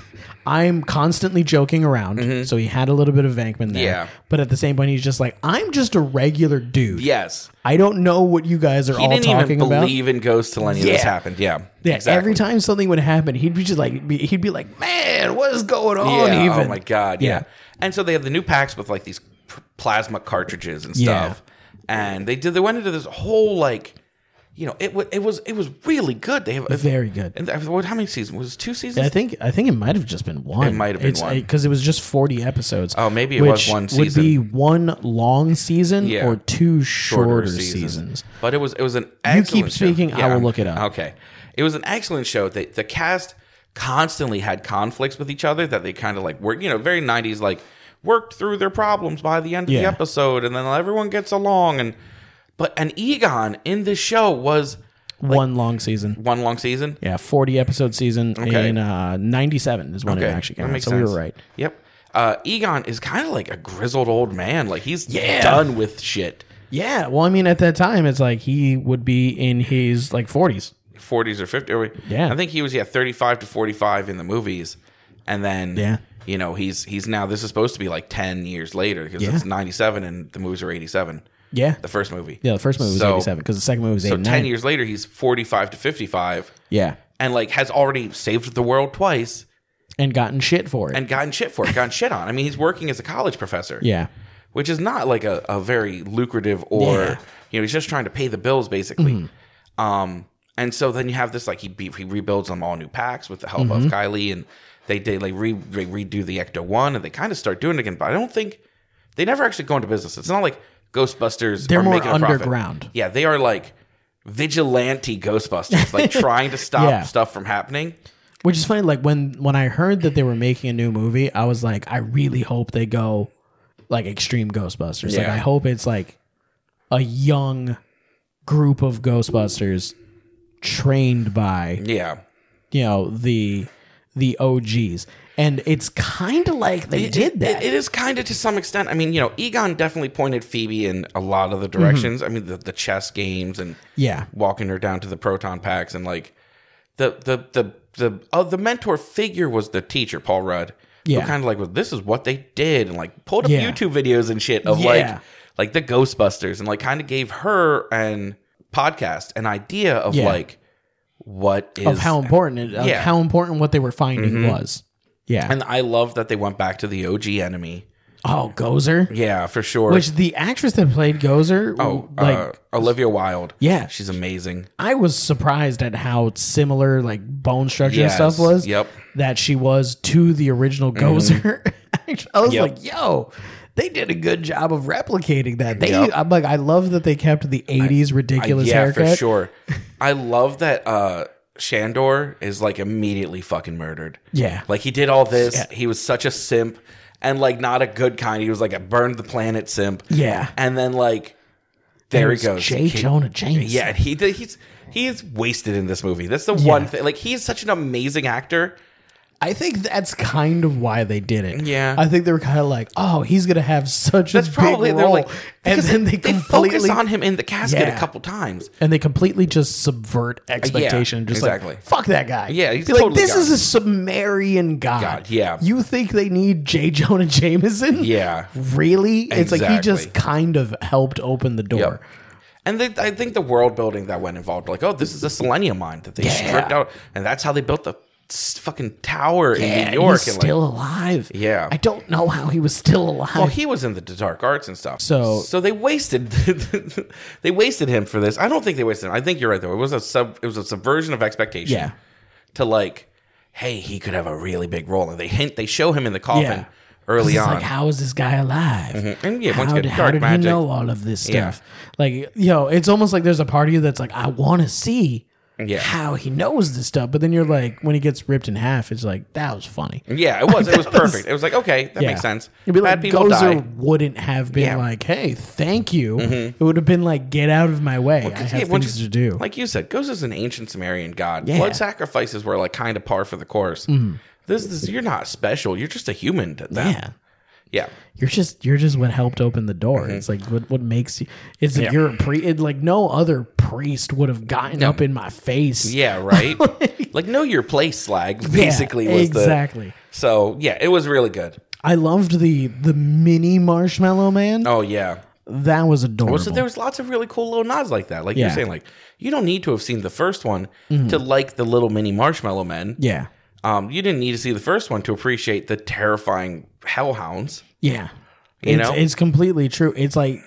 I'm constantly joking around, so he had a little bit of Vankman there. Mm-hmm. Yeah. But at the same point, he's just like, I'm just a regular dude. Yes, I don't know what you guys are he all didn't talking even about. believe in ghosts till any of this Yeah. happened. Yeah, Yeah, exactly. every time something would happen, he'd be just like, be- he'd be like, "Man, what is going on?" Yeah, even Oh my god. Yeah. Yeah. And so they have the new packs with like these p- plasma cartridges and Yeah. stuff. And they did. They went into this whole like, you know, it was it was it was really good. They have very good. And uh, what? How many seasons? Was it two seasons? I think I think it might have just been one. It might have been one. because it was just forty episodes. Oh, maybe it was which one Would be one long season Yeah. or two shorter, seasons. seasons. But it was it was an keep excellent show. speaking, I will look it up. Okay. It was an excellent show. They, the cast constantly had conflicts with each other that they kind of like worked, you know, very 90s like worked through their problems by the end of the Yeah. episode and then everyone gets along and but an Egon in this show was one long season. one long season. Yeah, forty episode season Okay. in uh, ninety seven is when it actually came that out. makes So we sense. were right. Yep. Uh, Egon is kind of like a grizzled old man. Like he's Yeah. done with shit. Yeah, well, I mean, at that time, it's like he would be in his like forties. 40s or 50 or Yeah. I think he was yeah 35 to 45 in the movies and then Yeah. you know he's he's now this is supposed to be like 10 years later because Yeah. it's 97 and the movies are 87 Yeah, the first movie yeah. The first movie was So- eighty seven because the second movie was so eighty 10 nine. years later he's 45 to 55 yeah, and like has already saved the world twice and gotten shit for it. and gotten shit for it gotten shit on I mean he's working as a college professor yeah, which is not like a, a very lucrative or Yeah. Mm-hmm. you know he's just trying to pay the bills basically um and so then you have this like he, be, he rebuilds them all new packs with the help Mm-hmm. of kylie and they they like re, they redo the ecto one and they kind of start doing it again but i don't think they never actually go into business it's not like ghostbusters They're are more making a profit. underground. yeah they are like vigilante ghostbusters like trying to stop Yeah. stuff from happening Which is funny. Like when when I heard that they were making a new movie, I was like, I really hope they go like extreme Ghostbusters. Like Yeah. I hope it's like a young group of Ghostbusters trained by yeah you know the the OGs, and it's kind of like they did that. It, it is kind of to some extent. I mean, you know, Egon definitely pointed Phoebe in a lot of the Mm-hmm. directions. I mean, the, the chess games and yeah, walking her down to the proton packs and like the the the the uh, the mentor figure was the teacher Paul Rudd. Yeah. who kind of like was this is what they did and like pulled up Yeah. YouTube videos and shit of Yeah. like like the Ghostbusters and like kind of gave her and podcast an idea of Yeah. like what is of how important it, of yeah. Mm-hmm. how important what they were finding was. Yeah. and I love that they went back to the OG enemy. oh, Gozer. Yeah, for sure. Which the actress that played Gozer, Oh, like uh, Olivia Wilde. Yeah. she's amazing. I was surprised at how similar like bone structure Yes. and stuff was. Yep. Mm-hmm. That she was to the original Gozer. I was Yep. like, yo, they did a good job of replicating that. They I'm like, I love that they kept the eighties ridiculous Uh, yeah, haircut. for sure. I love that uh Shandor is like immediately fucking murdered. Yeah. like he did all this. He was such a simp and like not a good kind. He was like a burned the planet simp. Yeah. and then like There he It's goes. J. Kid- Jonah Jameson. Yeah, and he did- he's he is wasted in this movie. That's the one thing. Like he is such an amazing actor. I think that's kind of why they did it. Yeah. I think they were kind of like, oh, he's gonna have such That's a probably big they're role, like and because then they, completely focus on him in the casket Yeah. a couple times. and they completely just subvert expectation. just exactly. like fuck that guy. Yeah, he's Be like totally this God." is a Sumerian god. God, yeah. you think they need J. Jonah Jameson? Yeah. really? It's like he Exactly. just kind of helped open the door. And they, I think the world building that went involved, like, oh, this is a selenium mine that they stripped out, and that's how they built the s- fucking tower in And New York. he's and, like- still alive. Yeah. I don't know how he was still alive. Well, he was in the dark arts and stuff. So- so they wasted they wasted him for this. I don't think they wasted him. I think you're right though. It was a sub it was a subversion of expectation. Yeah. To like, hey, he could have a really big role, and they hint they show him in the coffin Yeah. early It's on. like, how is this guy alive? Mm-hmm. And yeah, once how, again, did, dark how did magic. he know all of this Yeah. stuff? Like, yo, it's almost like there's a part of you that's like, I want to see Yeah. how he knows this stuff. But then you're like, when he gets ripped in half, it's like, that was funny. yeah, it was. It was perfect. It was like, okay, Mm, that makes sense. It'd be Bad like, people die. Gozer wouldn't have been Yeah. Mm-hmm. like, hey, thank you. It would have been like, get out of my way. I 'Cause, have yeah, once things you- to do. Like you said, Ghost is an ancient Sumerian god. Yeah. Mm-hmm. Blood sacrifices were like kind of par for the course. This, this, you're not special. You're just a human. To them. yeah. yeah. you're just you're just what helped open the door. Mm-hmm. It's like what what makes you. It's like you're a pri It, like no other priest would have gotten up in my face. Yeah, right. like know your place, slag. Yeah, Basically, was the- exactly. so yeah, it was really good. I loved the the mini marshmallow man. Oh yeah. That was adorable. Well, so there was lots of really cool little nods like that. Like you're Yeah. Mm-hmm. saying, like you don't need to have seen the first one to like the little mini marshmallow men. yeah, Um, you didn't need to see the first one to appreciate the terrifying hellhounds. yeah. You it's, know? it's completely true. It's like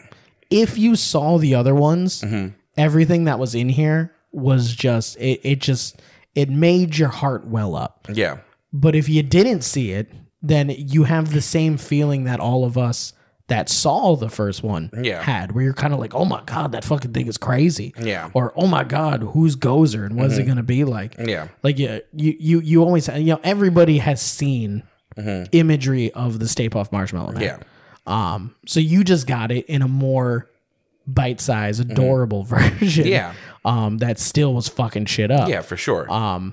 if you saw the other ones, Mm-hmm. everything that was in here was just it. It just it made your heart well up. Yeah. But if you didn't see it, then you have the same feeling that all of us that saw the first one Yeah. had, where you're kind of like, oh my God, that fucking thing is crazy. Yeah. Mm-hmm. Or, oh my God, who's Gozer and what's it going to be like? Yeah. Like, you, you, you, you always, you know, everybody has seen imagery of the Stay Puft Marshmallow Man. Mm-hmm. Yeah. Um, so you just got it in a more bite sized, adorable version. Mm-hmm. Yeah. Um, that still was fucking shit up. Yeah, for sure. Uh,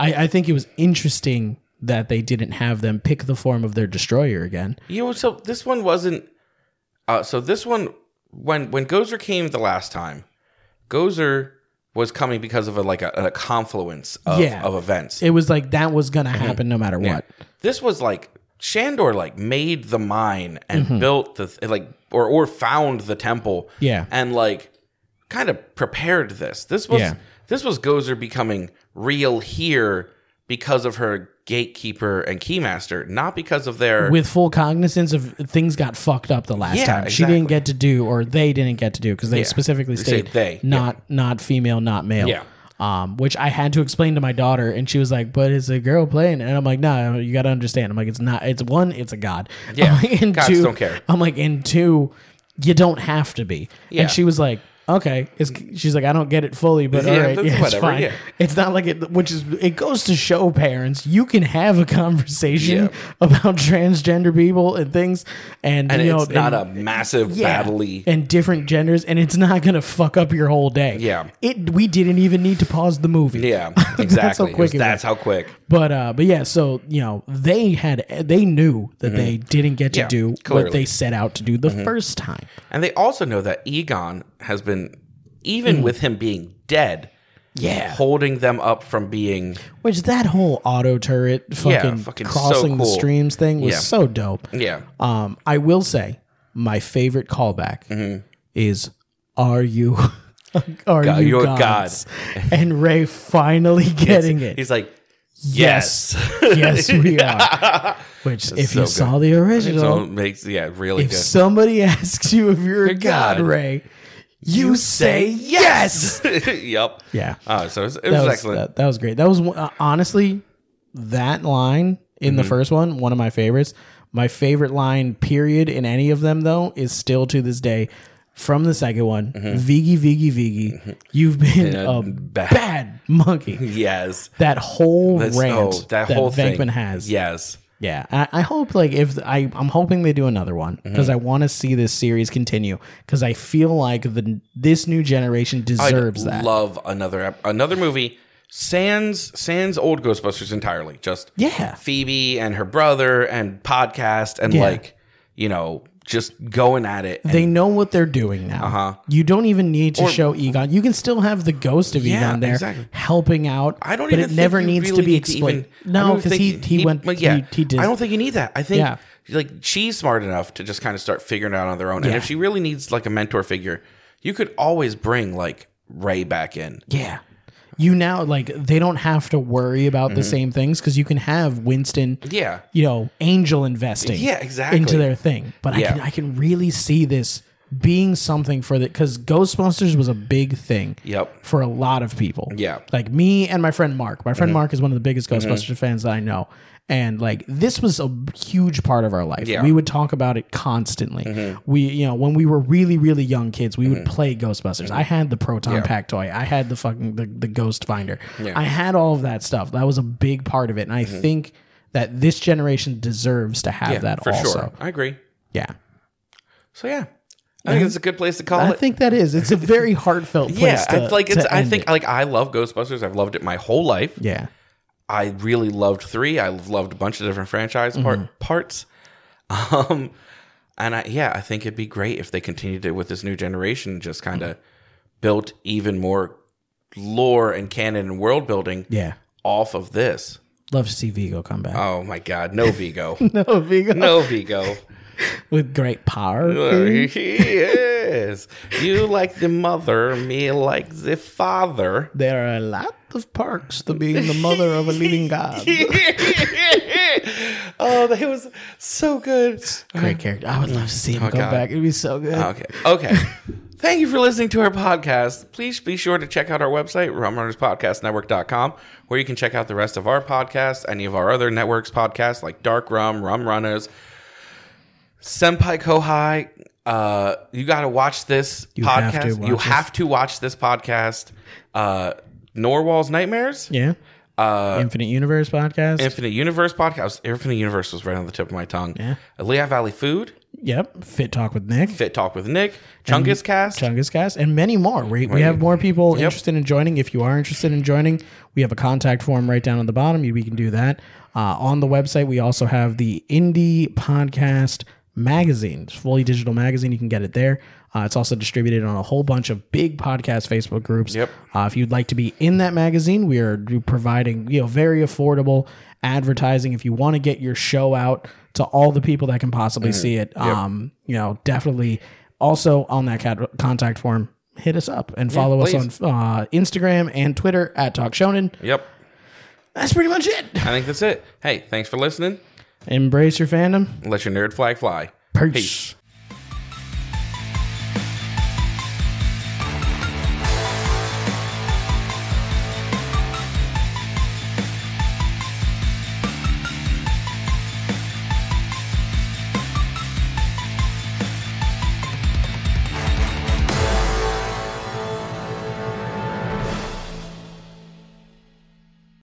I, I think it was interesting that they didn't have them pick the form of their destroyer again. You know, so this one wasn't. Uh, so this one, when when Gozer came the last time, Gozer was coming because of a, like a, a confluence of, Yeah. of events. It was like that was gonna happen no matter what. this was like Shandor like made the mine and Mm-hmm. built the th- like or or found the temple. Yeah. and like kind of prepared this. This was Yeah. this was Gozer becoming real here because of her gatekeeper and keymaster, not because of their With full cognizance of things got fucked up the last Yeah, time. She didn't exactly. get to do or they didn't get to do because they Yeah. specifically They stated say they, not not female, not male. Yeah. Um, which I had to explain to my daughter, and she was like, "But it's a girl playing," and I'm like, "No, you got to understand." I'm like, "It's not. It's one. It's a god. Yeah. I'm like, and Gods two, don't care. I'm like, and two, you don't have to be. Yeah. And she was like, okay. It's, she's like, I don't get it fully, but Yeah, all right, that's yeah, it's whatever, fine. yeah. It's not like it, which is, it goes to show parents, you can have a conversation about transgender people and things. And, and you know, it's not and, a massive yeah, battley. and different genders, and it's not gonna fuck up your whole day. Yeah. it. We didn't even need to pause the movie. Yeah, exactly. That's how It was- quick it that's was. how quick. But uh, but yeah, so you know they had they knew that they didn't get to Mm-hmm. Yeah, do clearly. Mm-hmm. what they set out to do the first time. And they also know that Egon has been, even with him being dead, Hmm. Yeah, holding them up from being. which that whole auto turret fucking, fucking so crossing the cool. streams thing was Yeah. so dope. Yeah. Um, I will say my favorite callback is "Are you?" Are Mm-hmm. God, you you're God." gods? and Ray finally getting it. He's like, Yes. yes. yes, we are. Which, if you so saw the so original, it makes, yeah, really if good. somebody asks you if you're a god, God. Ray, you, say yes. yep. Yeah, Uh, so it was, it that was, was excellent. That, that was great. That was one- uh, honestly that line in Mm-hmm. the first one, one of my favorites. My favorite line, period, in any of them though, is still to this day from the second one. Mm-hmm. Vigi, Vigi, Vigi, you've been Yeah, a Mm-hmm. bad- bad monkey. yes. That whole That's- rant oh, that, that whole Venkman thing. has, Yes. Yeah, I, I hope like if I I'm hoping they do another one Mm-hmm. because I want to see this series continue because I feel like the this new generation I'd deserves that. love another ep- another movie. Sans sans old Ghostbusters entirely. Just Yeah. Phoebe and her brother and podcast and Yeah. like you know just going at it. And they know what they're doing now. Uh-huh. You don't even need to show Egon. You can still have the ghost of Yeah, Egon there exactly. helping out. I don't but even. it think never you needs to really be need even- explained. I no, don't because he, think he went. like, he, he did. I don't think you need that. I think Yeah. like she's smart enough to just kind of start figuring it out on their own. And Yeah. if she really needs like a mentor figure, you could always bring like Ray back in. Yeah. You now like they don't have to worry about Mm-hmm. the same things because you can have Winston. Yeah. You know, angel investing. Yeah, exactly. Into their thing, but I Yeah. can I can really see this being something for the because Ghostbusters was a big thing. Yep. For a lot of people. Yeah. Mm-hmm. Like me and my friend Mark. My friend Mark is one of the biggest Ghostbusters fans that I know. And like this was a huge part of our life. Yeah. Mm-hmm. We would talk about it constantly. We, you know, when we were really, really young kids, we would play Ghostbusters. I Mm-hmm. had the proton pack toy. I had the fucking the, the ghost finder. I had all of that stuff. That was a big part of it. And I Mm-hmm. think that this generation deserves to have that for also. sure. I agree. Yeah. So yeah, I think it's a good place to call I it. think that is. It's a very heartfelt place. yeah, to, it's like it's. to I end think it. like I love Ghostbusters. I've loved it my whole life. Yeah. I really loved three. I loved a bunch of different franchise part, Mm-hmm. parts. Um, and I yeah, I think it'd be great if they continued it with this new generation, just kind Mm-hmm. of built even more lore and canon and world building Yeah. off of this. Love to see Vigo come back. Oh my God, no Vigo, no, Vigo. no Vigo. With great power. yes, you like the mother, me like the father. There are a lot of perks to being the mother of a leading god. oh, that was so good. Great character. I would love to see him come God. back. It'd be so good. Okay. Okay. Thank you for listening to our podcast. Please be sure to check out our website, rumrunnerspodcastnetwork.com, where you can check out the rest of our podcasts, any of our other networks podcasts like Dark Rum, Rum Runners, Senpai Kohai. Uh, you got to watch this podcast. have to watch you this. have to watch this podcast. Uh, Norwal's Nightmares. Yeah. Uh, Infinite Universe podcast. Infinite Universe podcast. Infinite Universe was right on the tip of my tongue. Yeah. Lehigh Valley Food, yep. Fit Talk with Nick. Fit Talk with Nick, Chungus Cast. Chungus Cast, and many more. We, we have more people interested in joining. If you are interested in joining, we have a contact form right down at the bottom. You, we can do that. Uh, on the website, we also have the Indie Podcast Magazine, it's a fully digital magazine. You can get it there. Uh, it's also distributed on a whole bunch of big podcast Facebook groups. Yep. Uh, if you'd like to be in that magazine, we are do- providing you know very affordable advertising. If you want to get your show out to all the people that can possibly see it, um, you know, definitely. Also on that cat- contact form, hit us up and follow us on uh, Instagram and Twitter at Talk Shonen. Yep. That's pretty much it. I think that's it. Hey, thanks for listening. Embrace your fandom. Let your nerd flag fly. Peace.